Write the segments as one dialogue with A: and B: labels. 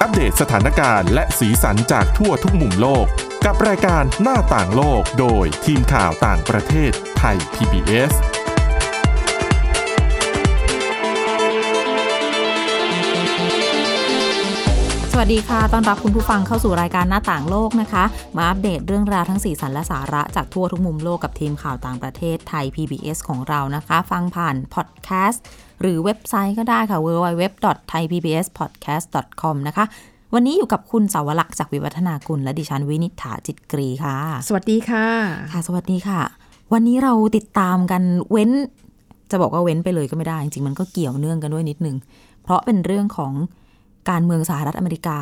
A: อัปเดตสถานการณ์และสีสันจากทั่วทุกมุมโลก กับรายการหน้าต่างโลกโดยทีมข่าวต่างประเทศไทย PBS
B: สวัสดีค่ะ ต้อนรับคุณผู้ฟังเข้าสู่รายการหน้าต่างโลกนะคะ มาอัปเดตเรื่องราวทั้งสีสันและสาระจากทั่วทุกมุมโลกกับทีมข่าวต่างประเทศไทย PBS ของเรานะคะ ฟังผ่านพอดแคสต์หรือเว็บไซต์ก็ได้ค่ะ www.thaipbspodcast.com นะคะ วันนี้อยู่กับคุณสาวลักษณ์จากวิวัฒนากุลและดิฉันวินิษฐาจิตกรีค่ะ
C: สวัสดีค่ะ
B: ค่ะ สวัสดีค่ะ วันนี้เราติดตามกันเว้น จะบอกว่าเว้นไปเลยก็ไม่ได้ จริงๆ มันก็เกี่ยวเนื่องกันด้วยนิดนึง เพราะเป็นเรื่องของการเมืองสหรัฐอเมริกา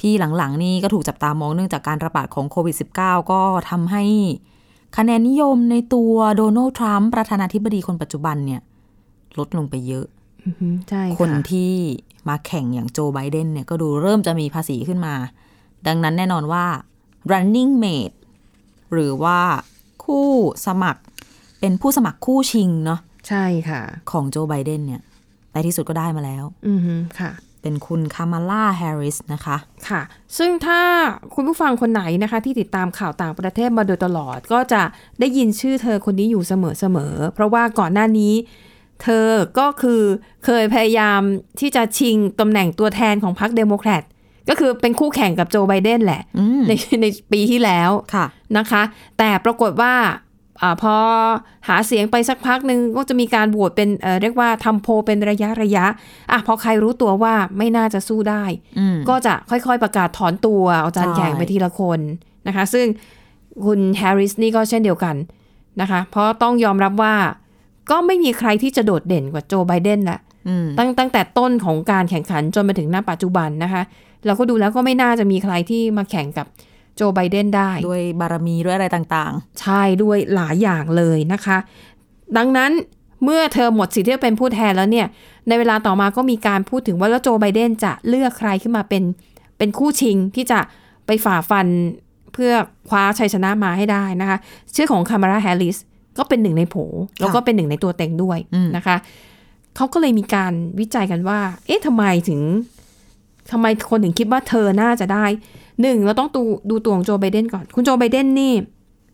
B: ที่หลังๆ นี่ก็ถูกจับตามองเนื่องจากการระบาดของโควิด -19 ก็ทำให้คะแนนนิยมในตัวโดนัลด์ทรัมป์ประธานาธิบดีคนปัจจุบันเนี่ย ลดลงไปเยอะ
C: ใช่ค่ะ
B: คนที่มาแข่งอย่างโจไบเดนเนี่ยก็ดูเริ่มจะมีภาษีขึ้นมา ดังนั้นแน่นอนว่า running mate หรือว่าคู่สมัครเป็นผู้สมัครคู่ชิงเนาะ
C: ใช่ค่ะ
B: ของโจไบเดนเนี่ยในที่สุดก็ได้มาแล้ว
C: อือฮึค่ะ
B: เป็นคุณคามาล่าแฮร์ริสนะคะ
C: ค่ะ ซึ่งถ้าคุณผู้ฟังคนไหนนะคะ ที่ติดตามข่าวต่างประเทศมาโดยตลอด ก็จะได้ยินชื่อเธอคนนี้อยู่เสมอๆ เพราะว่าก่อนหน้านี้ เธอก็คือเคยพยายามที่จะชิงตำแหน่งตัวแทนของพรรคเดโมแครตก็คือเป็นคู่แข่งกับโจไบเดนแหละ
B: อืม
C: ใน ในปีที่แล้ว
B: ค่ะ
C: นะคะ แต่ปรากฏว่าอาพอหาเสียงไปสักพักหนึ่งก็จะมีการโหวตเป็นเอ่อเรียกว่าทำโพลเป็นระยะระยะอ่ะพอใครรู้ตัวว่าไม่น่าจะสู้ได้
B: อืม
C: ก็จะค่อยๆประกาศถอนตัวเอาจาน
B: ใช่
C: แข่งไปทีละคนนะคะ ซึ่งคุณแฮร์ริสนี่ก็เช่นเดียวกันนะคะ เพราะต้องยอมรับว่าก็ไม่มีใครที่จะโดดเด่นกว่าโจไบเดนแหละ
B: อืม
C: ตั้งตั้งแต่ต้นของการแข่งขันจนมาถึงหน้าปัจจุบันนะคะ เราก็ดูแล้วก็ไม่น่าจะมีใครที่มาแข่งกับโจไบเดนได้
B: ด้วยบารมีด้วยอะไรต่าง
C: ใช่ด้วยหลายอย่างเลยนะคะ ดังนั้นเมื่อเธอหมดสิทธิ์ที่จะเป็นผู้แทนแล้วเนี่ย ในเวลาต่อมาก็มีการพูดถึงว่าแล้วโจไบเดนจะเลือกใครขึ้นมาเป็นเป็นคู่ชิงที่จะไปฝ่าฟันเพื่อคว้าชัยชนะมาให้ได้นะคะ ชื่อของคามาราแฮร์ริสก็เป็นหนึ่งในโผแล้วก็เป็นหนึ่งในตัวเต็งด้วยนะคะ เขาก็เลยมีการวิจัยกันว่า เอ๊ะทำไมถึงทำไมคนถึงคิดว่าเธอน่าจะได้หนึ่งเราต้องดูดูตัวของโจไบเดนก่อน คุณโจไบเดนนี่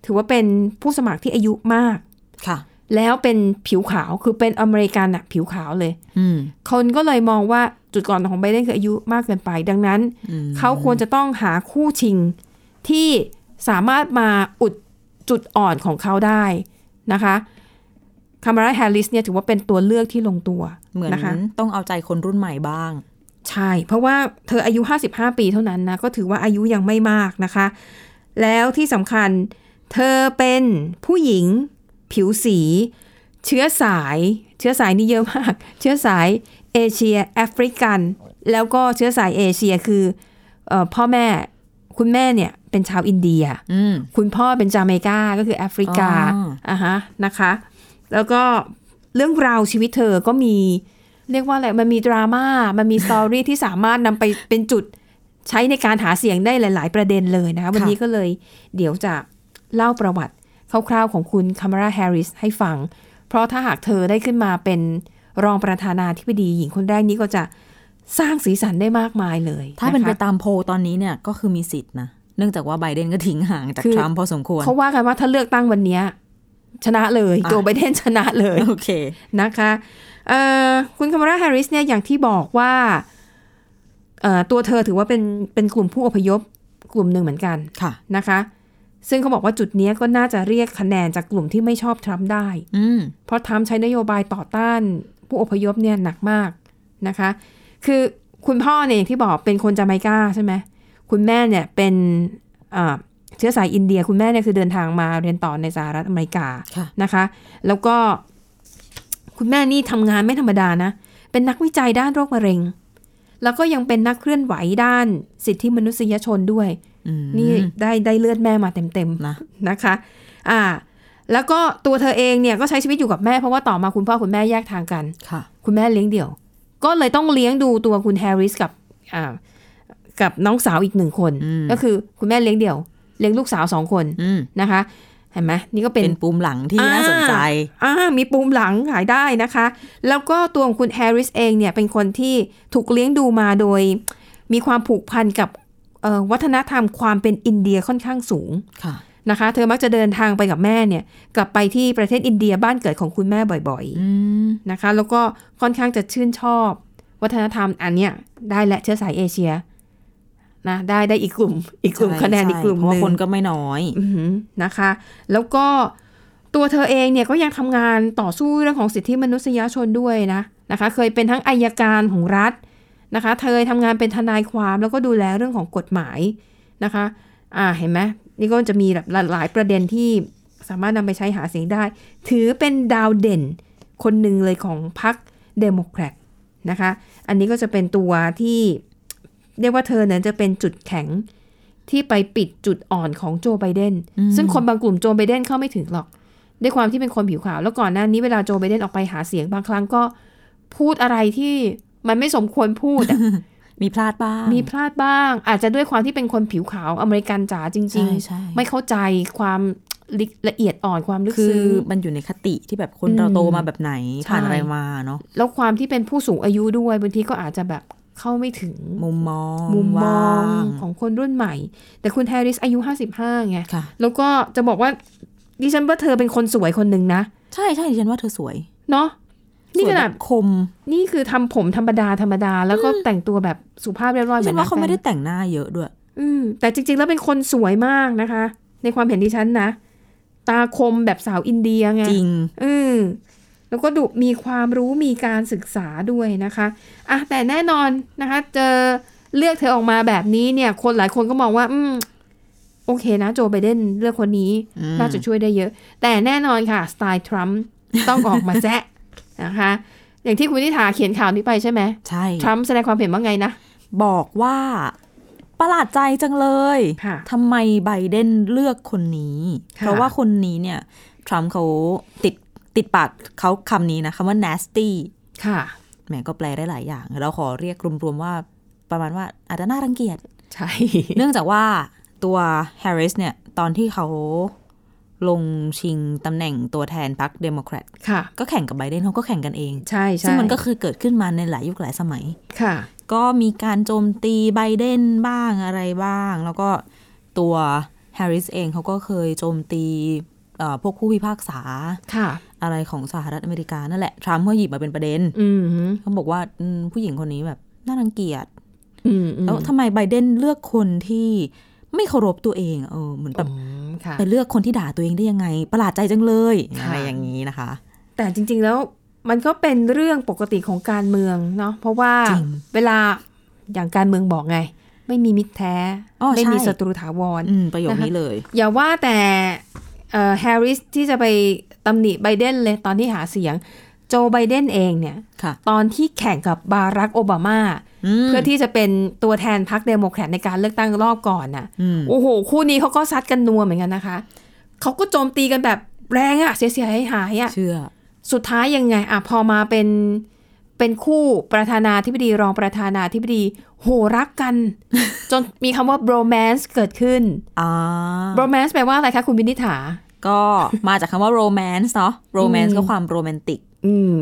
C: ถือว่าเป็นผู้สมัครที่อายุมาก
B: ๆ ค่ะ
C: แล้วเป็นผิวขาวคือเป็นอเมริกันอะผิวขาวเลย
B: อืม
C: คนก็เลยมองว่าจุดก่อนของไบเดนคืออายุมากเกินไป ดังนั้น เขาควรจะต้องหาคู่ชิงที่สามารถมาอุดจุดอ่อนของเขาได้นะคะคามาราแฮร์ริสเนี่ยถือว่าเป็นตัวเลือกที่ลงตัว
B: เหมือน
C: นะคะ
B: ต้องเอาใจคนรุ่นใหม่บ้าง
C: ใช่ เพราะว่าเธออายุ 55 ปีเท่านั้นนะ ก็ถือว่าอายุยังไม่มากนะคะ แล้วที่สำคัญเธอเป็นผู้หญิง ผิวสี เชื้อสาย เชื้อสายนี่เยอะมาก เชื้อสายเอเชียแอฟริกัน แล้วก็เชื้อสายเอเชียคือเออพ่อแม่คุณแม่เนี่ยเป็นชาวอินเดีย
B: อืม
C: คุณพ่อเป็นจาเมกาก็คือแอฟริกา
B: อ๋ออ่
C: อ่ะฮะนะคะ แล้วก็เรื่องราวชีวิตเธอก็มี เรียกว่าอะไร มันมีดราม่า มันมีสตอรี่ ที่สามารถนำไปเป็นจุดใช้ในการหาเสียงได้หลาย ๆ ประเด็นเลยนะคะ วันนี้ก็เลยเดี๋ยวจะเล่าประวัติคร่าว ๆ ของคุณคามาราแฮร์ริสให้ฟัง เพราะถ้าหากเธอได้ขึ้นมาเป็นรองประธานาธิบดีหญิงคนแรกนี้ก็จะสร้างสีสันได้มากมายเลย
B: ถ้าเป็น
C: นะคะ
B: ไปตามโพลตอนนี้เนี่ยก็คือมีสิทธินะ เนื่องจากว่าไบเดนก็ทิ้งห่างจาก
C: คือ
B: ทรัมป์พอสมควร
C: เขาว่ากันว่าถ้าเลือกตั้งวันเนี้ยชนะเลย
B: อ่ะ
C: โจไบเดนชนะ เลย
B: โอเค
C: นะคะเอ่อคุณคามาราแฮร์ริสเนี่ยอย่างที่บอกว่าเอ่อตัวเธอถือว่าเป็นเป็นกลุ่มผู้อพยพกลุ่มหนึ่งเหมือนกัน
B: ค่ะ
C: นะคะ ซึ่งเขาบอกว่าจุดเนี้ยก็น่าจะเรียกคะแนนจากกลุ่มที่ไม่ชอบทรัมป์ได้
B: อืม
C: เพราะทรัมป์ใช้นโยบายต่อต้านผู้อพยพเนี่ยหนักมากนะคะ คือคุณพ่อเนี่ยอย่างที่บอกเป็นคนจาไมกาใช่ไหมคุณแม่เนี่ยเป็นอ่าเชื้อสายอินเดีย คุณแม่เนี่ยคือเดินทางมาเรียนต่อในสหรัฐอเมริกา
B: ค่ะ
C: นะคะ แล้วก็คุณแม่นี่ทำงานไม่ธรรมดานะ เป็นนักวิจัยด้านโรคมะเร็ง แล้วก็ยังเป็นนักเคลื่อนไหวด้านสิทธิมนุษยชนด้วย
B: อืม
C: นี่ได้ได้เลือดแม่มาเต็มๆ
B: นะ
C: นะคะ อ่า แล้วก็ตัวเธอเองเนี่ยก็ใช้ชีวิตอยู่กับแม่เพราะว่าต่อมาคุณพ่อคุณแม่แยกทางกัน
B: ค่ะ
C: คุณแม่เลี้ยงเดี่ยว ก็เลยต้องเลี้ยงดูตัวคุณแฮร์ริสกับอ่ากับน้องสาวอีกหนึ่งคน
B: อืม
C: ก็คือคุณแม่เลี้ยงเดี่ยว เลี้ยงลูกสาวสองคน
B: อืม
C: นะคะ เห็นไหมนี่ก็เป็
B: เป็น นปูมหลังที่
C: อ่า
B: น่าสนใจ
C: อ่ามีปูมหลังขายได้นะคะ แล้วก็ตัวของคุณแฮร์ริสเองเนี่ยเป็นคนที่ถูกเลี้ยงดูมาโดย มีความผูกพันกับเอ่อวัฒนธรรมความเป็นอินเดียค่อนข้างสูง
B: ค่ะ
C: นะคะเธอมักจะเดินทางไปกับแม่เนี่ยกลับไปที่ประเทศอินเดียบ้านเกิดของคุณแม่บ่อย
B: อืม
C: ๆนะคะ แล้วก็ค่อนข้างจะชื่นชอบ วัฒนธรรมอันเนี้ยได้และเชื้อสายเอเชียนะได้ได้อีกกลุ่ม อีกกลุ่ม
B: ใช่
C: คะแนน
B: ใช่
C: อีกกลุ่ม
B: เพราะ
C: หนึ่
B: ว่าคน
C: ง
B: ก็ไม่น้อย
C: อือหือนะคะ แล้วก็ตัวเธอเองเนี่ยก็ยังทำงานต่อสู้เรื่องของสิทธิมนุษยชนด้วยนะนะคะ เคยเป็นทั้งอายการของรัฐนะคะ เธอทำงานเป็นทนายความแล้วก็ดูแลเรื่องของกฎหมาย นะคะอ่าเห็นไหมนี่ก็จะมีแบบหลายๆประเด็นที่สามารถนำไปใช้หาเสียงได้ ถือเป็นดาวเด่นคนหนึ่งเลยของพรรคเดโมแครตนะคะ อันนี้ก็จะเป็นตัวที่เรียกว่าเธอเนี่ยจะเป็นจุดแข็งที่ไปปิดจุดอ่อนของโจไบเดน
B: อืม
C: ซึ่งคนบางกลุ่มโจไบเดนเข้าไม่ถึงหรอก ด้วยความที่เป็นคนผิวขาว แล้วก่อนหน้านี้เวลาโจไบเดนออกไปหาเสียงบางครั้งก็พูดอะไรที่มันไม่สมควรพู ดอะ
B: มีพลาดบ้าง
C: มีพลาดบ้าง อาจจะด้วยความที่เป็นคนผิวขาวอเมริกันจ๋าจริง
B: ใช่ใช่
C: ๆ ไม่เข้าใจความลิละเอียดอ่อนความลึก
B: คือ
C: ซึ้ง
B: มันอยู่ในคติที่แบบคน
C: อืม
B: เราโตมาแบบไหน
C: ใช่
B: ผ่านอะไรมาเนาะ
C: แล้วความที่เป็นผู้สูงอายุด้วยบางทีก็อาจจะแบบเข้าไม่ถึง
B: มุมมอง
C: มุมม
B: ว่า
C: อง
B: ง
C: ของคนรุ่นใหม่ แต่คุณแฮร์ริสอายุ 55ไง
B: ค่ะ
C: แล้วก็จะบอกว่าดิฉันว่าเธอเป็นคนสวยคนหนึ่งนะ
B: ใช่ใช่ดิฉันว่าเธอสวย
C: เนาะนี่
B: ส
C: ข
B: วย
C: นาด
B: แบบคม
C: นี่คือทำผมธรรมดาธรรมดา แล้วก็แต่งตัวแบบสุภาพเรียบร้อย
B: ดิ
C: เหมื
B: ฉั
C: อน น
B: ว่าเขา
C: นัก
B: ไม่
C: แต่
B: ได้
C: ง
B: แต่งหน้าเยอะด้วย
C: อืมแต่จริงๆ แล้วเป็นคนสวยมากนะคะ ในความเห็นดิฉันนะ ตาคมแบบสาวอินเดียไง
B: จริง
C: อืมแล้วก็ดูมีความรู้มีการศึกษาด้วยนะคะอ่ะแต่แน่นอนนะคะ เจอเลือกเธอออกมาแบบนี้เนี่ย คนหลายคนก็มองว่า อืม โอเคนะ โจไบเดนเลือกคนนี้
B: อืม
C: น่าจะช่วยได้เยอะ แต่แน่นอนค่ะ สไตล์ทรัมป์ต้องออกมาแซะ นะคะ อย่างที่คุณนิธาเขียนข่าวนี้ไปใช่ไหม
B: ใช่
C: ทรัมป์แสดงความเห็นว่าไงนะ
B: บอกว่าประหลาดใจจังเลย
C: ค่ะ
B: ทำไมไบเดนเลือกคนนี้
C: ค่ะ
B: เพราะว่าคนนี้เนี่ยทรัมป์เขาติดติดปากเขาคำนี้นะคำว่า nasty
C: ค่ะ
B: แหมก็แปลได้หลายอย่าง เราขอเรียกรวมๆว่าประมาณว่าอาจจะน่ารังเกียจ
C: ใช่
B: เนื่องจากว่าตัวแฮร์ริสเนี่ย ตอนที่เขาลงชิงตำแหน่งตัวแทนพรรคเดโมแครต
C: ค่ะ
B: ก็แข่งกับไบเดนเขาก็แข่งกันเอง
C: ใช่ใช่
B: ซึ่งมันก็คือเกิดขึ้นมาในหลายยุคหลายสมัย
C: ค่ะ
B: ก็มีการโจมตีไบเดนบ้างอะไรบ้าง แล้วก็ตัวแฮร์ริสเองเขาก็เคยโจมตีเอ่อพวกผู้พิพากษา
C: ค่ะ
B: อะไรของสหรัฐอเมริกานั่นแหละทรัมป์ก็หยิบมาเป็นประเด็น
C: อืม
B: เขาบอกว่าอืมผู้หญิงคนนี้แบบน่ารังเกียจ
C: อืมอืม
B: แล้วทำไมไบเดนเลือกคนที่ไม่เคารพตัวเองเออเหมือนแบบ
C: อืมค่ะ
B: ไปเลือกคนที่ด่าตัวเองได้ยังไง ประหลาดใจจังเลย
C: ค่ะ
B: อะไรอย่างนี้นะคะ
C: แต่จริง ๆ แล้วมันก็เป็นเรื่องปกติของการเมืองเนาะ เพราะว่า
B: จริง
C: เวลาอย่างการเมืองบอกไง ไม่มีมิตรแท้
B: อ้อ
C: ไม่มี
B: ใช่
C: ศัตรูถาวร
B: อืมประโยคนี้เลย
C: อย่าว่าแต่แฮร์ริสที่จะไปตำหนิไบเดนเลยตอนที่หาเสียง โจไบเดนเองเนี่ย
B: ค่ะ
C: ตอนที่แข่งกับบารักโอบามา
B: ม
C: เพื่อที่จะเป็นตัวแทนพรรคเดโมแครตในการเลือกตั้งรอบก่อนน่ะ
B: อืม
C: โอ้โห คู่นี้เขาก็ซัดกันนัวเหมือนกันนะคะ เขาก็โจมตีกันแบบแรงอะเสียหายหายๆอะ
B: เชื่อ
C: สุดท้ายยังไงอะพอมาเป็นเป็นคู่ประธานาธิบดีรองประธานาธิบดี โหรักกัน จนมีคำว่า bromance เกิดขึ้น
B: อ่า
C: bromance แปลว่าอะไรคะคุณวินิษฐา
B: ก็มาจากคำว่า romance เนาะ romance
C: อืม
B: ก็ความโรแมนติก
C: อืม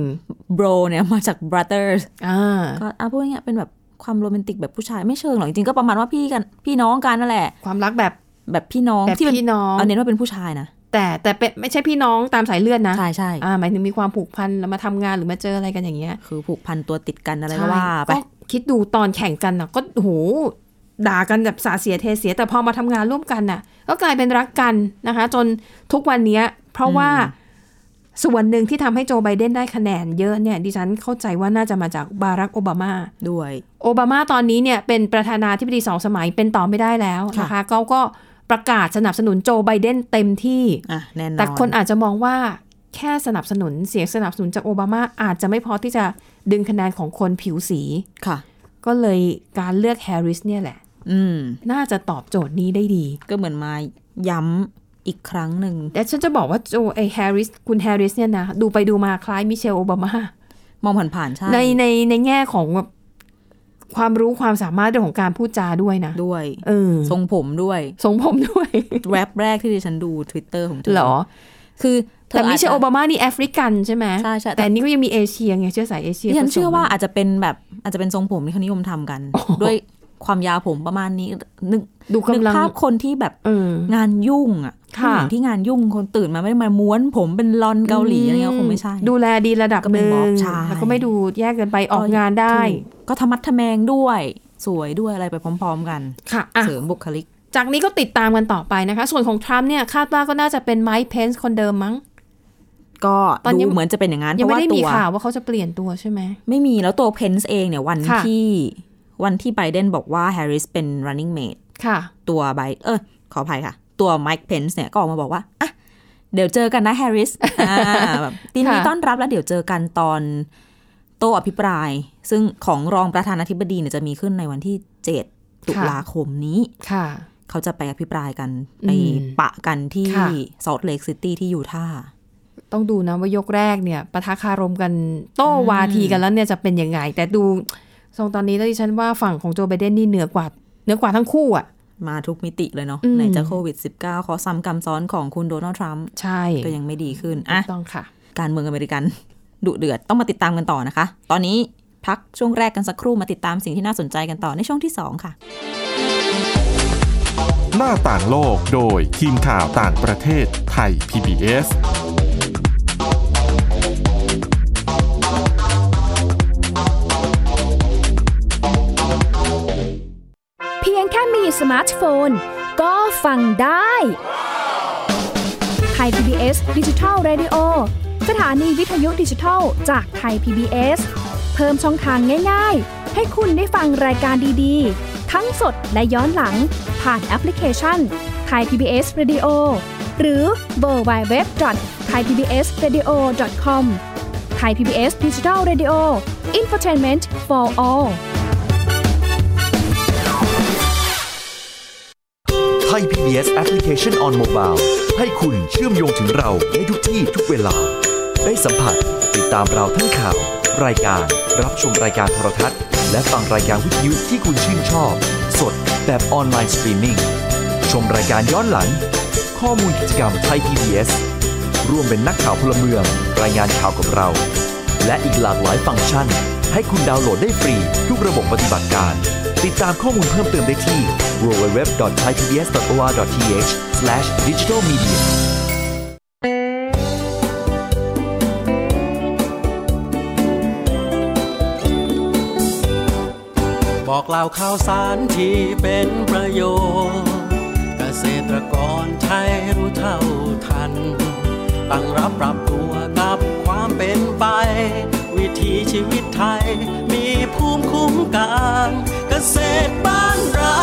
B: bro เนี่ยมาจาก brothers
C: อ่า
B: ก็อ่ะพูดง่ายๆเป็นแบบความโรแมนติกแบบผู้ชายไม่เชิงหรอกจริงๆก็ประมาณว่าพี่กันพี่น้องกันนั่นแหละ
C: ความรักแบบ
B: แบบพี่น้อง
C: แบบ
B: ที่เป็น
C: พี่น้อง
B: เอาเน้นว่าเป็นผู้ชายนะ
C: แต่แต่เป็นไม่ใช่พี่น้องตามสายเลือดนะ
B: ใช่ใช่
C: อ่าหมายถึงมีความผูกพันแล้วมาทำงานหรือมาเจออะไรกันอย่างเงี้ย
B: คือผูกพันตัวติดกันอะไรก็
C: ใช่
B: ว่าไป
C: ก็คิดดูตอนแข่งกันนะก็โหด่ากันแบบสาเสียเทเสีย แต่พอมาทำงานร่วมกันน่ะ ก็กลายเป็นรักกันนะคะ จนทุกวันเนี้ย เพราะว่าส่วนหนึ่งที่ทำให้โจไบเดนได้คะแนนเยอะเนี่ย ดิฉันเข้าใจว่าน่าจะมาจากบารักโอบามา
B: ด้วย
C: โอบามาตอนนี้เนี่ยเป็นประธานาธิบดีสองสมัยเป็นต่อไม่ได้แล้วนะคะ เขาก็ประกาศสนับสนุนโจไบเดนเต็มที่
B: อ่ะแน่นอน
C: แต่คนอาจจะมองว่าแค่สนับสนุนเสียงสนับสนุนจากโอบามาอาจจะไม่พอที่จะดึงคะแนนของคนผิวสี
B: ค่ะ
C: ก็เลยการเลือกแฮร์ริสเนี่ยแหละ
B: อืม
C: น่าจะตอบโจทย์นี้ได้ดี
B: ก็เหมือนมาย้ำอีกครั้งหนึ่ง
C: แต่ฉันจะบอกว่าโจไอแฮร์ริสคุณแฮร์ริสเนี่ยนะ ดูไปดูมาคล้ายมิเชลโอบามาม
B: องผ่านๆใช่
C: ในในในแง่ของแบบความรู้ความสามารถเรื่องของการพูดจาด้วยนะ
B: ด้วย
C: เออ
B: ทรงผมด้วย
C: ทรงผมด้วย
B: แรปแรกที่ดิฉันดู Twitter ของเธอ
C: เหรอ
B: คือเธอ
C: แต่มิเชลโอ
B: อาจจะ
C: บามานี่แอฟริกันใช่ไหม
B: ใช่ใช่แต่
C: แต่อันนี้ก็ยังมีเอเชียไงเชื้อสายเอเชีย
B: ดิฉัน
C: ผสม
B: เชื่อว่าอาจจะเป็นแบบอาจจะเป็นทรงผมที่เขานิยมทำกัน ด้วย ความยาวผมประมาณนี้นึก
C: ดู
B: นึก
C: กำลัง
B: ภาพคนที่แบบ
C: เออ
B: งานยุ่งอ่ะ
C: ค่ะ
B: ผู้หญิงที่งานยุ่งคนตื่นมาไม่ได้มาม้วนผมเป็นลอนเกาหลีอะไรเงี้ยคงไม่ใช่
C: ดูแลดีระดับ
B: ก็
C: ห
B: เป็น
C: นึ่ง
B: บ๊อบใช่
C: แล้วก็ไม่ดูแยกเกินไปออกงานได้
B: ถูกก็ทำมัดทะแมงด้วย สวยด้วยอะไรไปพร้อม ๆ กัน
C: ค่ะอ่ะ
B: เสริมบุคลิก
C: จากนี้ก็ติดตามกันต่อไปนะคะ ส่วนของทรัมป์เนี่ยคาดว่าก็น่าจะเป็นไมค์เพนส์คนเดิมมั้ง
B: ก็
C: ตอนนี้
B: ดูเหมือนจะเป็นอย่างนั้นเพ
C: ยัง
B: ราะว่า
C: ไม่ได้
B: ตั
C: มี
B: ว
C: ข่าวว่าเขาจะเปลี่ยนตัวใช่ไหม
B: ไม่มีแล้วตัวเพนส์เองเนี่ยวัน
C: ค่ะ
B: ที่วันที่ไบเดนบอกว่าแฮร์ริสเป็น running mate
C: ค่ะ
B: ตัวไบเออขออภัยค่ะ ตัวไมค์เพนส์เนี่ยก็ออกมาบอกว่าอ่ะเดี๋ยวเจอกันนะแฮร์ริส อ่าแบบทีนี้
C: ค่ะ
B: ต้อนรับแล้วเดี๋ยวเจอกันตอนโตอภิปราย ซึ่งของรองประธานาธิบดีเนี่ยจะมีขึ้นในวันที่ 7 ตุลาคมนี้
C: ค่ะ
B: เขาจะไปอภิปรายกัน
C: อืม
B: ไปปะกันที่
C: ค่ะ
B: ซอ l เล l ซิตี้ที่ยูทาห์
C: ต้องดูนะว่ายกแรกเนี่ยปะทะคารมกันโต้วาทีกันแล้วเนี่ยจะเป็นยังไง แต่ดูทรงตอนนี้แล้วดิฉันว่าฝั่งของโจไบเดนนี่เหนือกว่าเหนือกว่าทั้งคู่อ่ะ
B: มาทุกมิติเลยเนาะ
C: อืม
B: ไหนจะโควิด -19 ขอซ้ำกำซ้อนของคุณโดนัลด์ทรัมป์
C: ใช่
B: ก็ยังไม่ดีขึ้น
C: ถู
B: อ่ะ
C: กต้องค่ะ
B: การเมืองอเมริกัน ดุเดือดต้องมาติดตามกันต่อนะคะ ตอนนี้พักช่วงแรกกันสักครู่มาติดตามสิ่งที่น่าสนใจกันต่อในช่วงที่ 2 ค่ะ
A: หน้าต่างโลกโดยทีมข่าวต่างประเทศไทย PBS
D: เพียงแค่มีสมาร์ทโฟน ก็ฟังได้ไทย PBS ดิจิทัล Radio สถานีวิทยุดิจิทัลจากไทย PBS เพิ่มช่องทางง่ายๆ ให้คุณได้ฟังรายการดีๆ ทั้งสดและย้อนหลัง ผ่านแอปพลิเคชันไทย PBS Radio หรือเวอร์บายเว็บจอดไทยพีบีเอสเรดิโอคอมไทยพีบีเอสดิจิทัลเรดิโออินฟอร์ทนเมนต์ for all
E: ไทย PBS Application on Mobile ให้คุณเชื่อมโยงถึงเราได้ทุกที่ทุกเวลา ได้สัมผัสติดตามเราทั้งข่าว รายการ รับชมรายการโทรทัศน์ และฟังรายการวิทยุที่คุณชื่นชอบ สดแบบออนไลน์สตรีมมิ่งชมรายการย้อนหลัง ข้อมูลกิจกรรมไทย PBS ร่วมเป็นนักข่าวพลเมือง รายงานข่าวกับเรา และอีกหลากหลายฟังก์ชัน ให้คุณดาวน์โหลดได้ฟรีทุกระบบปฏิบัติการ ติดตามข้อมูลเพิ่มเติมได้ที่ www.thaipbs.or.th/digitalmedia
F: บอกเล่าข่าวสารที่เป็นประโยชน์ เกษตรกรไทยรู้เท่าทัน ตั้งรับปรับตัวกับความเป็นไป วิถีชีวิตไทยมีภูมิคุ้มกัน เกษตรบ้านเรา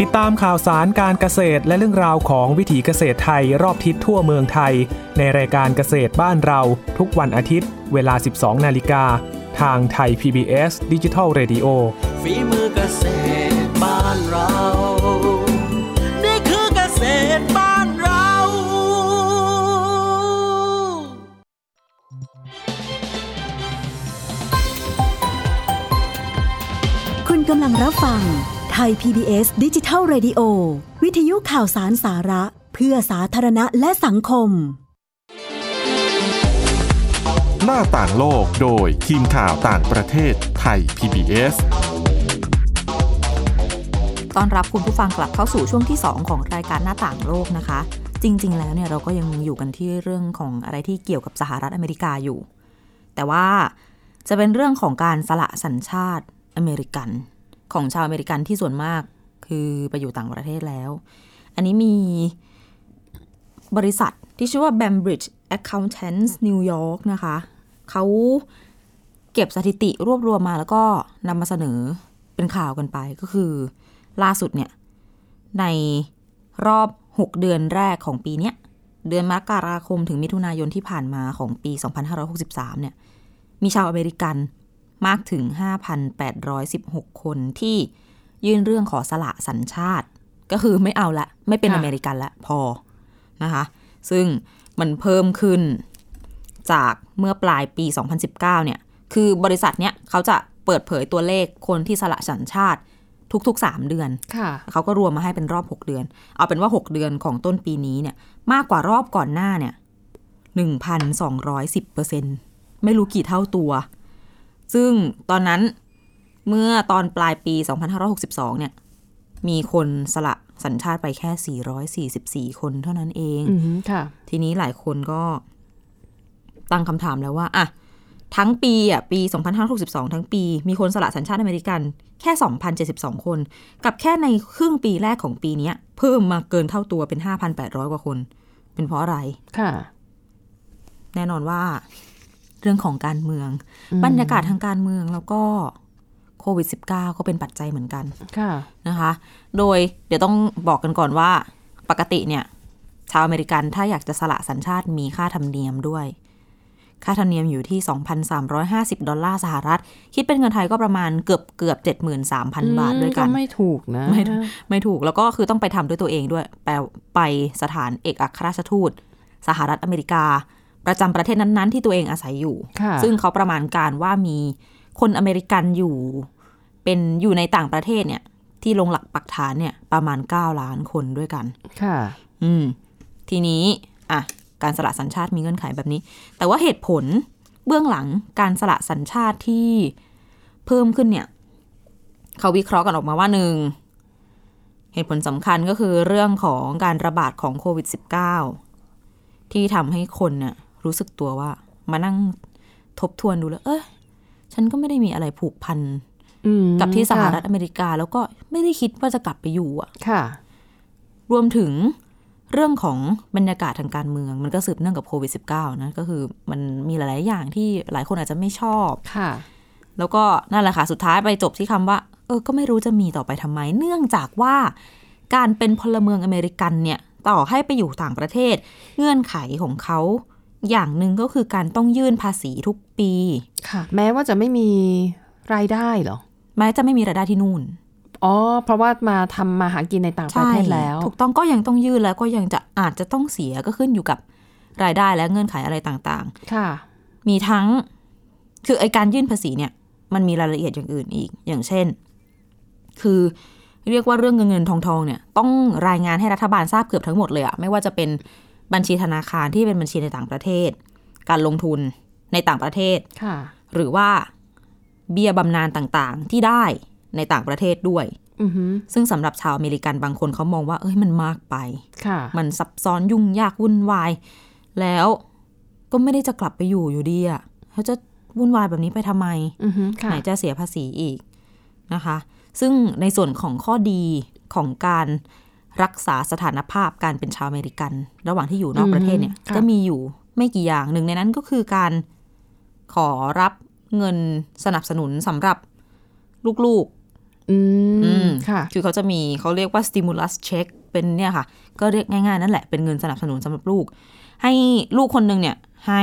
G: ติดตามข่าวสารการเกษตรและเรื่องราวของวิถีเกษตรไทยรอบทิศทั่วเมืองไทย ในรายการเกษตรบ้านเรา ทุกวันอาทิตย์ เวลา 12 นาฬิกา ทางไทย PBS d i g i ดิจิ Radio
F: ฝีมือเกษตรบ้านเรา นี่คือเกษตรบ้านเรา
H: คุณกำลังรับฟังไทย PBS ดิจิทัล Radio วิทยุข่าวสารสาระ เพื่อสาธารณะและสังคม
A: หน้าต่างโลกโดยทีมข่าวต่างประเทศไทย PBS
B: ต้อนรับคุณผู้ฟังกลับเข้าสู่ช่วงที่ 2 ของรายการหน้าต่างโลกนะคะ จริง ๆ แล้วเนี่ยเราก็ยังอยู่กันที่เรื่องของอะไรที่เกี่ยวกับสหรัฐอเมริกาอยู่ แต่ว่าจะเป็นเรื่องของการสละสัญชาติอเมริกัน ของชาวอเมริกันที่ส่วนมากคือไปอยู่ต่างประเทศแล้ว อันนี้มีบริษัทที่ชื่อว่า Bambridge Accountants New York นะคะ เขาเก็บสถิติรวบรวมมาแล้วก็นำมาเสนอเป็นข่าวกันไปก็คือ ล่าสุดเนี่ย ในรอบ 6 เดือนแรกของปีเนี้ย เดือนมกราคมถึงมิถุนายนที่ผ่านมาของปี 2563 เนี่ย มีชาวอเมริกันมากถึง 5,816 คนที่ยื่นเรื่องขอสละสัญชาติ ก็คือไม่เอาละ ไม่เป็น
C: ค่ะ
B: อเมริกันละพอนะคะ ซึ่งมันเพิ่มขึ้นจากเมื่อปลายปี 2019 เนี่ย คือบริษัทเนี่ยเขาจะเปิดเผยตัวเลขคนที่สละสัญชาติทุกๆ 3 เดือน
C: ค่ะ
B: เขาก็รวมมาให้เป็นรอบ 6 เดือน เอาเป็นว่า 6 เดือนของต้นปีนี้เนี่ย มากกว่ารอบก่อนหน้าเนี่ย 1,210เปอร์เซ็นไม่รู้กี่เท่าตัว ซึ่งตอนนั้น เมื่อตอนปลายปี 2562 เนี่ย มีคนสละสัญชาติไปแค่ 444 คนเท่านั้นเอง
C: อืมค่ะ
B: ทีนี้หลายคนก็ตั้งคำถามแล้วว่าอ่ะทั้งปีอ่ะปี 2562 ทั้งปี มีคนสละสัญชาติอเมริกันแค่ 2,072 คน กับแค่ในครึ่งปีแรกของปีเนี้ยเพิ่มมาเกินเท่าตัวเป็น 5,800 กว่าคน เป็นเพราะอะไร
C: ค่ะ
B: แน่นอนว่าเรื่องของการเมือง บรรยากาศทางการเมืองแล้วก็โควิด -19 ก็เป็นปัจจัยเหมือนกัน
C: ค่ะ
B: นะคะ โดยเดี๋ยวต้องบอกกันก่อนว่าปกติเนี่ย ชาวอเมริกันถ้าอยากจะสละสัญชาติมีค่าธรรมเนียมด้วย ค่าธรรมเนียมอยู่ที่ 2,350 ดอลลาร์สหรัฐ คิดเป็นเงินไทยก็ประมาณเกือบเกือบ73,000 บาทด้วยกัน
C: อืมไม่ถูกนะ
B: ไม่ ไม่ถูกแล้วก็คือต้องไปทำด้วยตัวเองด้วยแปลไปสถานเอกอัครราชทูต สหรัฐอเมริกา ประจำประเทศนั้นๆ ที่ตัวเองอาศัยอยู่
C: ค่ะ
B: ซึ่งเขาประมาณการว่ามีคนอเมริกันอยู่เป็นอยู่ในต่างประเทศเนี่ย ที่ลงหลักปักฐานเนี่ยประมาณ 9 ล้านคนด้วยกัน
C: ค่ะ
B: อืม ทีนี้อ่ะการสละสัญชาติมีเงื่อนไขแบบนี้ แต่ว่าเหตุผลเบื้องหลังการสละสัญชาติที่เพิ่มขึ้นเนี่ย เขาวิเคราะห์กันออกมาว่าหนึ่งเหตุผลสำคัญก็คือเรื่องของการระบาดของโควิด -19 ที่ทำให้คนเนี่ยรู้สึกตัวว่า มานั่งทบทวนดูแล้ว เอ้ยฉันก็ไม่ได้มีอะไรผูกพัน
C: อืม
B: กับที่สหรัฐ
C: ค่ะ
B: อเมริกา แล้วก็ไม่ได้คิดว่าจะกลับไปอยู่อะ
C: ค่ะ
B: รวมถึงเรื่องของบรรยากาศทางการเมือง มันก็สืบเนื่องกับโควิด -19 นะก็คือมันมีหลาย ๆ อย่างที่หลายคนอาจจะไม่ชอบ
C: ค่ะ
B: แล้วก็นั่นแหละค่ะ สุดท้ายไปจบที่คำว่า เออ ก็ไม่รู้จะมีต่อไปทำไม เนื่องจากว่าการเป็นพลเมืองอเมริกันเนี่ย ต่อให้ไปอยู่ต่างประเทศ เงื่อนไขของเขา อย่างหนึ่งก็คือการต้องยื่นภาษีทุกปี
C: ค่ะ แม้ว่าจะไม่มีรายได้เหรอ
B: แม้จะไม่มีรายได้ที่นู่น
C: อ๋อ เพราะว่ามาทำมาหากินในต่างประเทศแล้ว
B: ถูกต้องก็ยังต้องยื่นแล้วก็ยังจะอาจจะต้องเสียก็ขึ้นอยู่กับรายได้และเงื่อนไขอะไรต่างๆ
C: ค่ะ
B: มีทั้งคือไอการยื่นภาษีเนี่ย มันมีรายละเอียดอย่างอื่นอีก อย่างเช่น คือเรียกว่าเรื่องเงินเงินทองทองเนี่ย ต้องรายงานให้รัฐบาลทราบเกือบทั้งหมดเลยอะไม่ว่าจะเป็นบัญชีธนาคารที่เป็นบัญชีในต่างประเทศ การลงทุนในต่างประเทศ
C: ค่ะ
B: หรือว่าเบี้ยบำนาญต่างๆ ที่ได้ในต่างประเทศด้วย
C: อือหือ
B: ซึ่งสำหรับชาวอเมริกันบางคนเขามองว่าเอ้ยมันมากไป
C: ค่ะ
B: มันซับซ้อนยุ่งยากวุ่นวาย แล้วก็ไม่ได้จะกลับไปอยู่อยู่ดีอะ่ะเขาจะวุ่นวายแบบนี้ไปทำไม
C: อือหือค่ะ
B: ไหนจะเสียภาษีอีกนะคะ ซึ่งในส่วนของข้อดีของการรักษาสถานภาพการเป็นชาวอเมริกัน ระหว่างที่อยู่นอกประเทศเนี่ย
C: อืมค่ะ
B: ก็มีอยู่ไม่กี่อย่างหนึ่งในนั้นก็คือการขอรับเงินสนับสนุนสำหรับลูกๆ
C: อื
B: อื
C: ม
B: ม
C: ค่ะ
B: คือเขาจะมีเขาเรียกว่า stimulus check เป็นเนี่ยค่ะ ก็เรียกง่ายๆ นั่นแหละ เป็นเงินสนับสนุนสำหรับลูก ให้ลูกคนหนึ่งเนี่ย ให้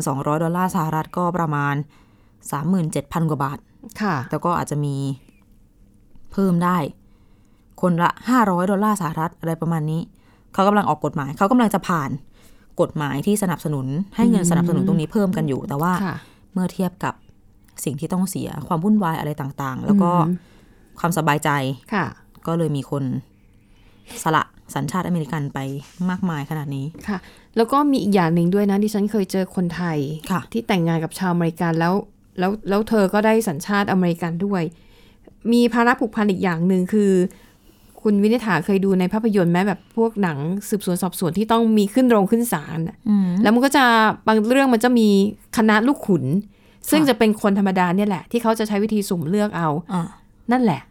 B: 1,200 ดอลลาร์สหรัฐก็ประมาณ 37,000 กว่าบาท
C: ค่ะ
B: แล้วก็อาจจะมีเพิ่มได้ คนละ 500 ดอลลาร์สหรัฐอะไรประมาณนี้ เขากำลังออกกฎหมาย เขากำลังจะผ่านกฎหมายที่สนับสนุน ให้เงินสนับสนุนตรงนี้เพิ่มกันอยู่ แต่ว่า
C: ค่ะ
B: เมื่อเทียบกับสิ่งที่ต้องเสียความวุ่นวายอะไรต่างๆ แล้วก็
C: อืม
B: ความสบายใจ
C: ค่ะ
B: ก็เลยมีคนสละสัญชาติอเมริกันไปมากมายขนาดนี้
C: ค่ะ แล้วก็มีอีกอย่างหนึ่งด้วยนะที่ฉันเคยเจอคนไทย
B: ค่ะ
C: ที่แต่งงานกับชาวอเมริกันแล้ว แล้วแล้วเธอก็ได้สัญชาติอเมริกันด้วย มีภาระผูกพันอีกอย่างหนึ่งคือ คุณวินิษฐาเคยดูในภาพยนตร์ไหมแบบพวกหนังสืบสวนสอบสวนที่ต้องมีขึ้นโรงขึ้นศาลน่ะแล้วมันก็จะบางเรื่องมันจะมีคณะลูกขุน ซึ่งจะเป็นคนธรรมดาเนี่ยแหละ ที่เขาจะใช้วิธีสุ่มเลือกเอา
B: อ่ะ
C: นั่นแหละ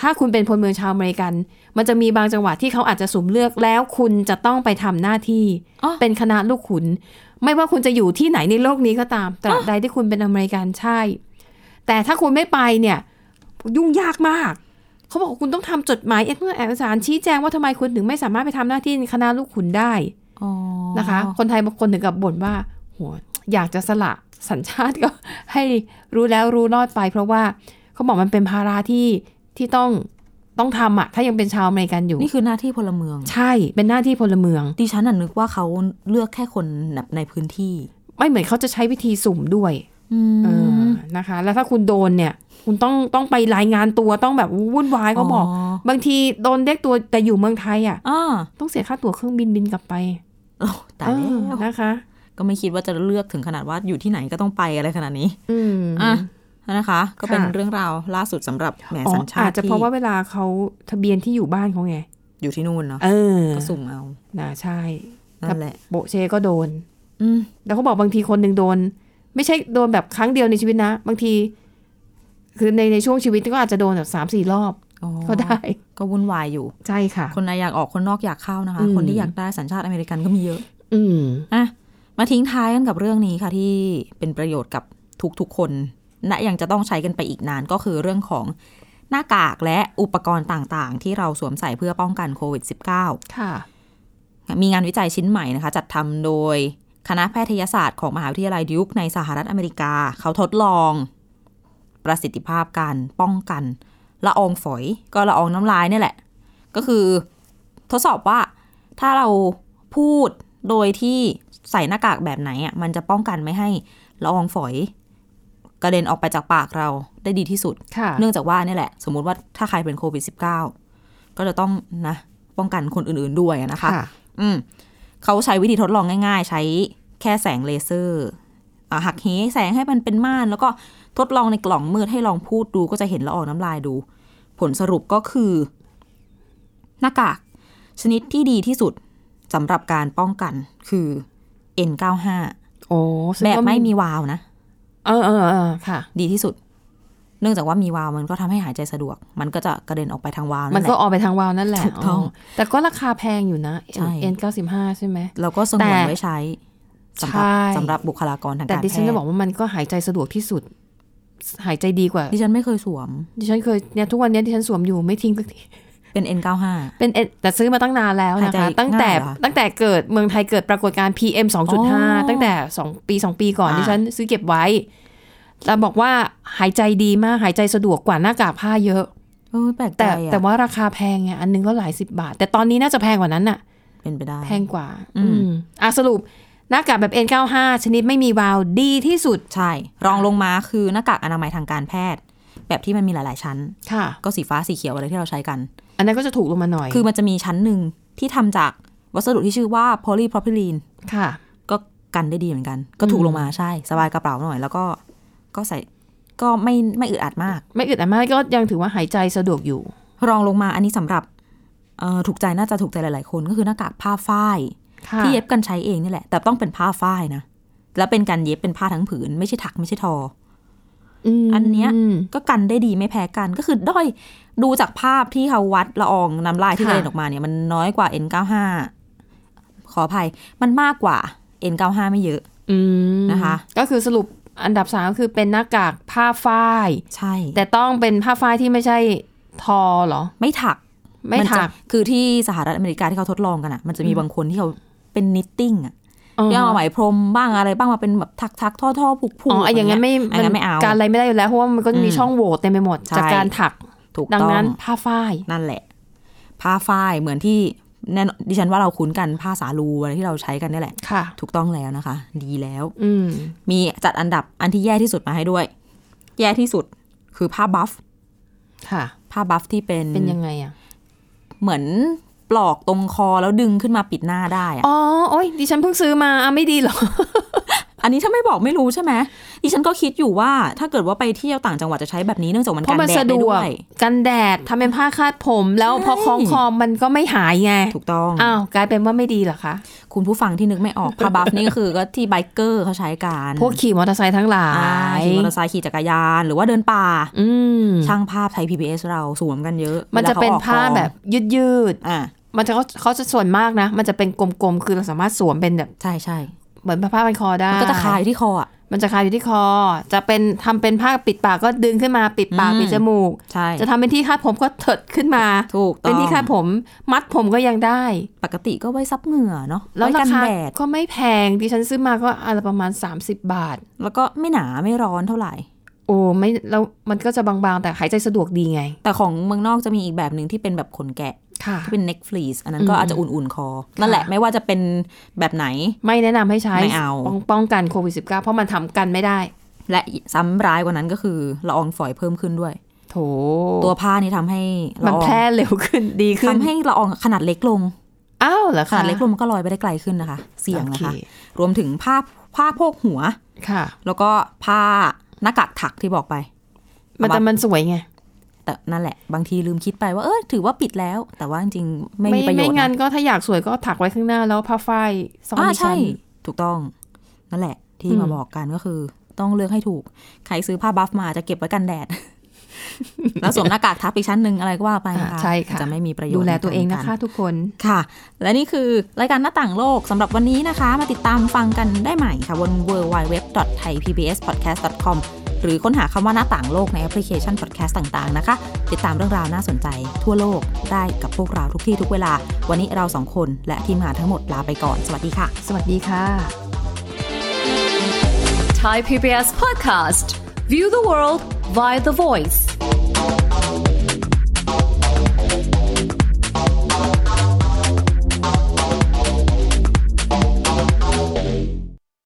C: ถ้าคุณเป็นพลเมืองชาวอเมริกัน มันจะมีบางจังหวะที่เขาอาจจะสุ่มเลือกแล้วคุณจะต้องไปทำหน้าที่ เป็นคณะลูกขุน ไม่ว่าคุณจะอยู่ที่ไหนในโลกนี้ก็ตาม ตราบใดที่คุณเป็นอเมริกันใช่ แต่ถ้าคุณไม่ไปเนี่ย ยุ่งยากมาก เขาบอกว่าคุณต้องทำจดหมายเอกสารชี้แจงว่าทำไมคุณถึงไม่สามารถไปทำหน้าที่ในคณะลูกขุนได้
B: อ๋อ
C: นะคะ คนไทยบางคนถึงกับบ่นว่าโหอยากจะสละสัญชาติก็ ให้รู้แล้วรู้รอดไป เพราะว่าเขาบอกมันเป็นภาระที่ที่ต้องต้องทำอะถ้ายังเป็นชาวอเมริกันอยู่
B: นี่คือหน้าที่พลเมือง
C: ใช่เป็นหน้าที่พลเมือง
B: ดิฉันน่ะนึกว่าเขาเลือกแค่คนแบบในพื้นที่
C: ไม่เหมือนเขาจะใช้วิธีสุ่มด้วยเออนะคะ แล้วถ้าคุณโดนเนี่ย คุณต้องต้องไปรายงานตัวต้องแบบวุ่นวายเขาบอก บางทีโดนเด็กตัวแต่อยู่เมืองไทยอะ
B: อ่า
C: ต้องเสียค่าตั๋วเครื่องบินบินกลับไป
B: แต่แล
C: เออ้
B: ว
C: นะคะ
B: ก็ไม่คิดว่าจะเลือกถึงขนาดว่าอยู่ที่ไหนก็ต้องไปอะไรขนาดนี้
C: อืม
B: อ่ะ นะคะ ก็เป็น
C: ค่ะ
B: เรื่องราวล่าสุดสำหรับแหม
C: อ๋อ
B: สัญชา
C: อาจ
B: ติ
C: จะ
B: ที่
C: เพราะว่าเวลาเขาทะเบียนที่อยู่บ้านเขาไง
B: อยู่ที่นู่นเนาะ
C: เออ
B: ก็สุ่มเอา
C: นะใช่
B: นั่นแหละ
C: โบะเชก็โดน
B: อืม
C: แล้วเขาบอกบางทีคนหนึ่งโดน ไม่ใช่โดนแบบครั้งเดียวในชีวิตนะ บางที คือในในช่วงชีวิตก็อาจจะโดนแบบสามสี่รอบ
B: อ๋อ
C: ก็ได้
B: ก็วุ่นวายอยู่
C: ใช่ค่ะ
B: คนในอยากออกคนนอกอยากเข้านะคะ
C: อืม
B: คนที่อยากได้สัญชาติอเมริกันก็มีเยอะ
C: อืม
B: อะมาทิ้งท้ายกันกับเรื่องนี้ค่ะที่เป็นประโยชน์กับทุกๆคนและยังจะต้องใช้กันไปอีกนานก็คือเรื่องของหน้ากากและอุปกรณ์ต่างๆ ที่เราสวมใส่เพื่อป้องกันโควิด -19
C: ค่ะ
B: มีงานวิจัยชิ้นใหม่นะคะ จัดทำโดยคณะแพทยศาสตร์ของมหาวิทยาลัยดิวกในสหรัฐอเมริกา เขาทดลองประสิทธิภาพการป้องกัน ละอองฝอยก็ละอองน้ำลายเนี่ยแหละ ก็คือทดสอบว่าถ้าเราพูดโดยที่ใส่หน้ากากแบบไหนอ่ะมันจะป้องกันไม่ให้ละอองฝอยกระเด็นออกไปจากปากเราได้ดีที่สุด
C: ค่ะ
B: เนื่องจากว่าเนี่ยแหละ สมมุติว่าถ้าใครเป็นโควิด -19 ก็จะต้องนะป้องกันคนอื่นๆด้วยนะคะ
C: ค่ะ
B: อืมเขาใช้วิธีทดลองง่าย ๆ ใช้แค่แสงเลเซอร์อ่าหักเหแสงให้มันเป็นม่าน แล้วก็ทดลองในกล่องมืดให้ลองพูดดูก็จะเห็นละอองน้ำลายดู ผลสรุปก็คือ หน้ากากชนิดที่ดีที่สุดสำหรับการป้องกันคือ N95
C: โอ้ซึ่ง
B: แบบ
C: ก็
B: ไม่มีวาล์วนะ
C: เออเออเออค่ะ
B: ดีที่สุด เนื่องจากว่ามีวาล์วมันก็ทำให้หายใจสะดวก มันก็จะกระเด็นออกไปทางวาล์วนั่
C: มัน
B: นแห
C: ก็
B: ละ
C: ออกไปทางวาวนั่นแหละ
B: ถูกต้อง
C: แต่ก็ราคาแพงอยู่นะ
B: ใช่
C: N95 ใช่ไหม
B: เราก็สงวนไว้ใช้สำหรับ
C: ใช่
B: สำหรับบุคลากรทาง
C: แต่
B: การแพ
C: ดิ
B: ท
C: ฉันจะบอก
B: ย์
C: ว่ามันก็หายใจสะดวกที่สุด หายใจดีกว่า
B: ดิฉันไม่เคยสวม
C: ดิฉันเคยเนี่ยทุกวันเนี้ยดิฉันสวมอยู่ไม่ทิ้งสักที
B: เป็น N95
C: เป็นเอ็ดแต่ซื้อมาตั้งนานแล้วนะ
B: หายใจ
C: คะ ตั้งแต่
B: ง่ายเหรอคะ
C: ตั้งแต่เกิดเมืองไทยเกิดปรากฏการณ์ PM 2.5 ตั้งแต่สองปีสองปีก่อน
B: อ่า
C: ที่ฉันซื้อเก็บไว้แล้วบอกว่าหายใจดีมาก หายใจสะดวกกว่าหน้ากากผ้าเยอะ
B: เออแปลกใจ
C: แต่
B: อะ
C: แต่ว่าราคาแพงไงอันนึงก็หลายสิบบาท แต่ตอนนี้น่าจะแพงกว่านั้นน่ะ
B: เป็นไปได้
C: แพงกว่า
B: อื
C: อื
B: ม
C: มอ่ะสรุปหน้ากากแบบ N95 ชนิดไม่มีวาล์วดีที่สุด
B: ใช่ รองลงมาคือหน้ากากอนามัยทางการแพทย์ แบบที่มันมีหลาย ๆ ชั้น
C: ค่ะ
B: ก็สีฟ้าสีเขียวอะไรที่เราใช้กัน
C: อันนั้นก็จะถูกลงมาหน่อย
B: คือมันจะมีชั้นหนึ่งที่ทำจากวัสดุที่ชื่อว่าโพลีโพรพิลีน
C: ค่ะ
B: ก็กันได้ดีเหมือนกัน ก็ถูกลงมาใช่ สบายกระเป๋าหน่อย แล้วก็ก็ใส่ก็ไม่ไม่อึดอัดมาก
C: ไม่อึดอัดมากก็ยังถือว่าหายใจสะดวกอยู่
B: รองลงมาอันนี้สำหรับเอ่อถูกใจน่าจะถูกใจหลาย ๆ คนก็คือหน้ากากผ้าฝ้าย
C: ค่ะ
B: ที่เย็บกันใช้เองนี่แหละ แต่ต้องเป็นผ้าฝ้ายนะแล้วเป็นการเย็บเป็นผ้าทั้งผืน ไม่ใช่ถักไม่ใช่ทอ
C: ม
B: อันเนี้ย ก็กันได้ดีไม่แพ้กันก็คือด้อยดูจากภาพที่เขาวัดละอองน้ำลายที่กระเด็นออกมาเนี่ยมันน้อยกว่า N95 ขออภัยมันมากกว่า N95 ไม่เยอะ
C: อืม
B: นะคะ
C: ก็คือสรุปอันดับสามก็คือเป็นหน้ากากผ้าฝ้าย
B: ใช่
C: แต่ต้องเป็นผ้าฝ้ายที่ไม่ใช่ทอเหรอ
B: ไม่ถัก
C: ไม่
B: นจะ
C: ถัก
B: คือที่สหรัฐอเมริกาที่เขาทดลองกันอะมันจะมีบางคนที่เขาเป็นนิตติ้งอะ
C: อ๋อ
B: ที่เอาไหมพรมบ้างอะไรบ้างมาเป็นแบบถักถักๆท่อท่อผูกผู
C: อ๋อไอ้อย่างนั้นไม่
B: อันนั้นไม่เอา
C: การอะไรไม่ได้อยู่แล้วเพราะว่ามันก็มี
B: อืม
C: ช่องโหว่เต็มไปหมด
B: ใช่
C: จากการถัก
B: ถูก
C: ดัง
B: ต้อง
C: นั้นผ้าฝ้าย
B: นั่นแหละ ผ้าฝ้ายเหมือนที่แน่นอนดิฉันว่าเราคุ้นกันผ้าสาลูอะไรที่เราใช้กันนี่แหละ
C: ค่ะ
B: ถูกต้องแล้วนะคะ ดีแล้ว
C: อืม
B: มีจัดอันดับอันที่แย่ที่สุดมาให้ด้วย แย่ที่สุดคือผ้าบัฟ
C: ค่ะ
B: ผ้าบัฟที่เป็น
C: เป็นยังไงอ่ะ
B: เหมือนปลอกตรงคอแล้วดึงขึ้นมาปิดหน้าได้อะ
C: อ๋อโอ้ยดิฉันเพิ่งซื้อมาอ่ะไม่ดีเหรอ
B: อันนี้ถ้าไม่บอกไม่รู้ใช่ไหมดิฉันก็คิดอยู่ว่าถ้าเกิดว่าไปเที่ยวต่างจังหวัดจะใช้แบบนี้เนื่องจากมัน
C: เพราะ
B: กั
C: มั
B: น
C: น
B: แด
C: สะ
B: ด
C: ด
B: ได้
C: ว
B: ด้
C: ก
B: วย
C: กันแดดทำเป็นผ้าคาดผม แล้ว
B: ใช่
C: พอคล้องคอมันก็ไม่หายไง
B: ถูกต้อง
C: อ้าวกลายเป็นว่าไม่ดีเหรอคะ
B: คุณผู้ฟังที่นึกไม่ออกผ้าบัฟนี่ก็คือก็ที่ไบเกอร์เขาใช้กัน
C: พวกขี่มอเตอร์ไซค์ทั้งหลา
B: อ่ายขี่มอเตอร์ไซค์ขี่จักรยาน หรือว่าเดินป่า
C: อืม
B: ช่างภาพไทย PBS เราสวมกันเยอะ
C: มัน
B: ว
C: จะ
B: ลข
C: เป็น
B: ออก
C: ผ้าก
B: อง
C: แบบยืดยืด
B: อ่า
C: ๆมันจะเขาเขาจะส่วนมากนะ มันจะเป็นกลมๆ คือเราสามารถสวมเป็นแบบ
B: ใช่ใช่
C: เหมือนผ้าพันคอได้
B: มันก็จะคาอยู่ที่คออ่ะ
C: มันจะคายอยู่ที่คอ จะเป็นทำเป็นผ้าปิดปากก็ดึงขึ้นมาปิดปาก
B: อืม
C: ปิดจมูก
B: ใช่
C: จะทำเป็นที่คาดผมก็เถิดขึ้นมา
B: ถูกต้อง
C: เป็นที่คาดผม มัดผมก็ยังได้
B: ปกติก็ไว้ซับเหงื่อเนาะ
C: แล้ว
B: ไว้
C: รา
B: กัน
C: คา
B: แดด
C: ก็ไม่แพงดิฉันซื้อมาก็อนละไรประมาณ 30 บาท
B: แล้วก็ไม่หนาไม่ร้อนเท่าไหร่
C: โอ้ไม่แล้วมันก็จะบางๆ แต่หายใจสะดวกดีไง
B: แต่ของเมืองนอกจะมีอีกแบบหนึ่งที่เป็นแบบขนแกะ
C: ค่ะ
B: ที่เป็นเน็กฟลีสอันนั้นก็
C: อืม
B: อาจจะอุ่นๆคอ นั่นแหละไม่ว่าจะเป็นแบบไหน
C: ไม่แนะนำให้ใช้
B: ไม่เอา
C: ป้งป้องกันโควิด -19 เพราะมันทำกันไม่ได้
B: และซ้ำร้ายกว่านั้นก็คือละอองฝอยเพิ่มขึ้นด้วย
C: โถ
B: ตัวผ้านี่ทำให้
C: มั
B: ละ
C: น
B: ออง
C: แพร่เร็วขึ้นดีขึ้น
B: ทำให้ละอองขนาดเล็กลง
C: อ้าวเหรอ
B: ข
C: คะ
B: นาดเล็กลงมันก็ลอยไปได้ไกลขึ้นนะคะ เสี่ยงนะคะ รวมถึงผ้าผ้าโพกหัว
C: ค่ะ
B: แล้วก็ผ้าหน้ากากถักที่บอกไป
C: มันแต่มันสวยไง
B: แต่นั่นแหละ บางทีลืมคิดไปว่าเออถือว่าปิดแล้ว แต่ว่าจริงๆไม่มีประโยช
C: ไม่
B: น์
C: งั้
B: นะ
C: นก็ถ้าอยากสวยก็ถักไว้ข้างหน้าแล้วผ้าฝ้ายซ้อน
B: อ่า
C: ดิฉั
B: ใช่
C: น
B: ถูกต้อง นั่นแหละ ที่
C: อืม
B: มาบอกกันก็คือ ต้องเลือกให้ถูก ใครซื้อผ้าบัฟมาจะเก็บไว้กันแดด แล้วสวมหน้ากากทับอีกชั้นหนึ่งอะไรก็ว่าไปนะ
C: อ่า
B: คะ
C: ใช่ค่ะ
B: จะไม่มีประโยชน์
C: ดูแลตัวเอง
B: ใน
C: นะ
B: การ
C: คะทุกคน
B: ค่ะ และนี่คือรายการหน้าต่างโลกสำหรับวันนี้นะคะ มาติดตามฟังกันได้ใหม่ค่ะบน www.thaipbspodcast.com หรือค้นหาคำว่าหน้าต่างโลกในแอปพลิเคชัน podcast ต่างๆนะคะ ติดตามเรื่องราวน่าสนใจทั่วโลกได้กับพวกเราทุกที่ทุกเวลา วันนี้เราสองคนและทีมงานทั้งหมดลาไปก่อน สวัสดีค่ะ
C: สวัสดีค่ะ
I: Thai PBS podcast. View the world via the voice.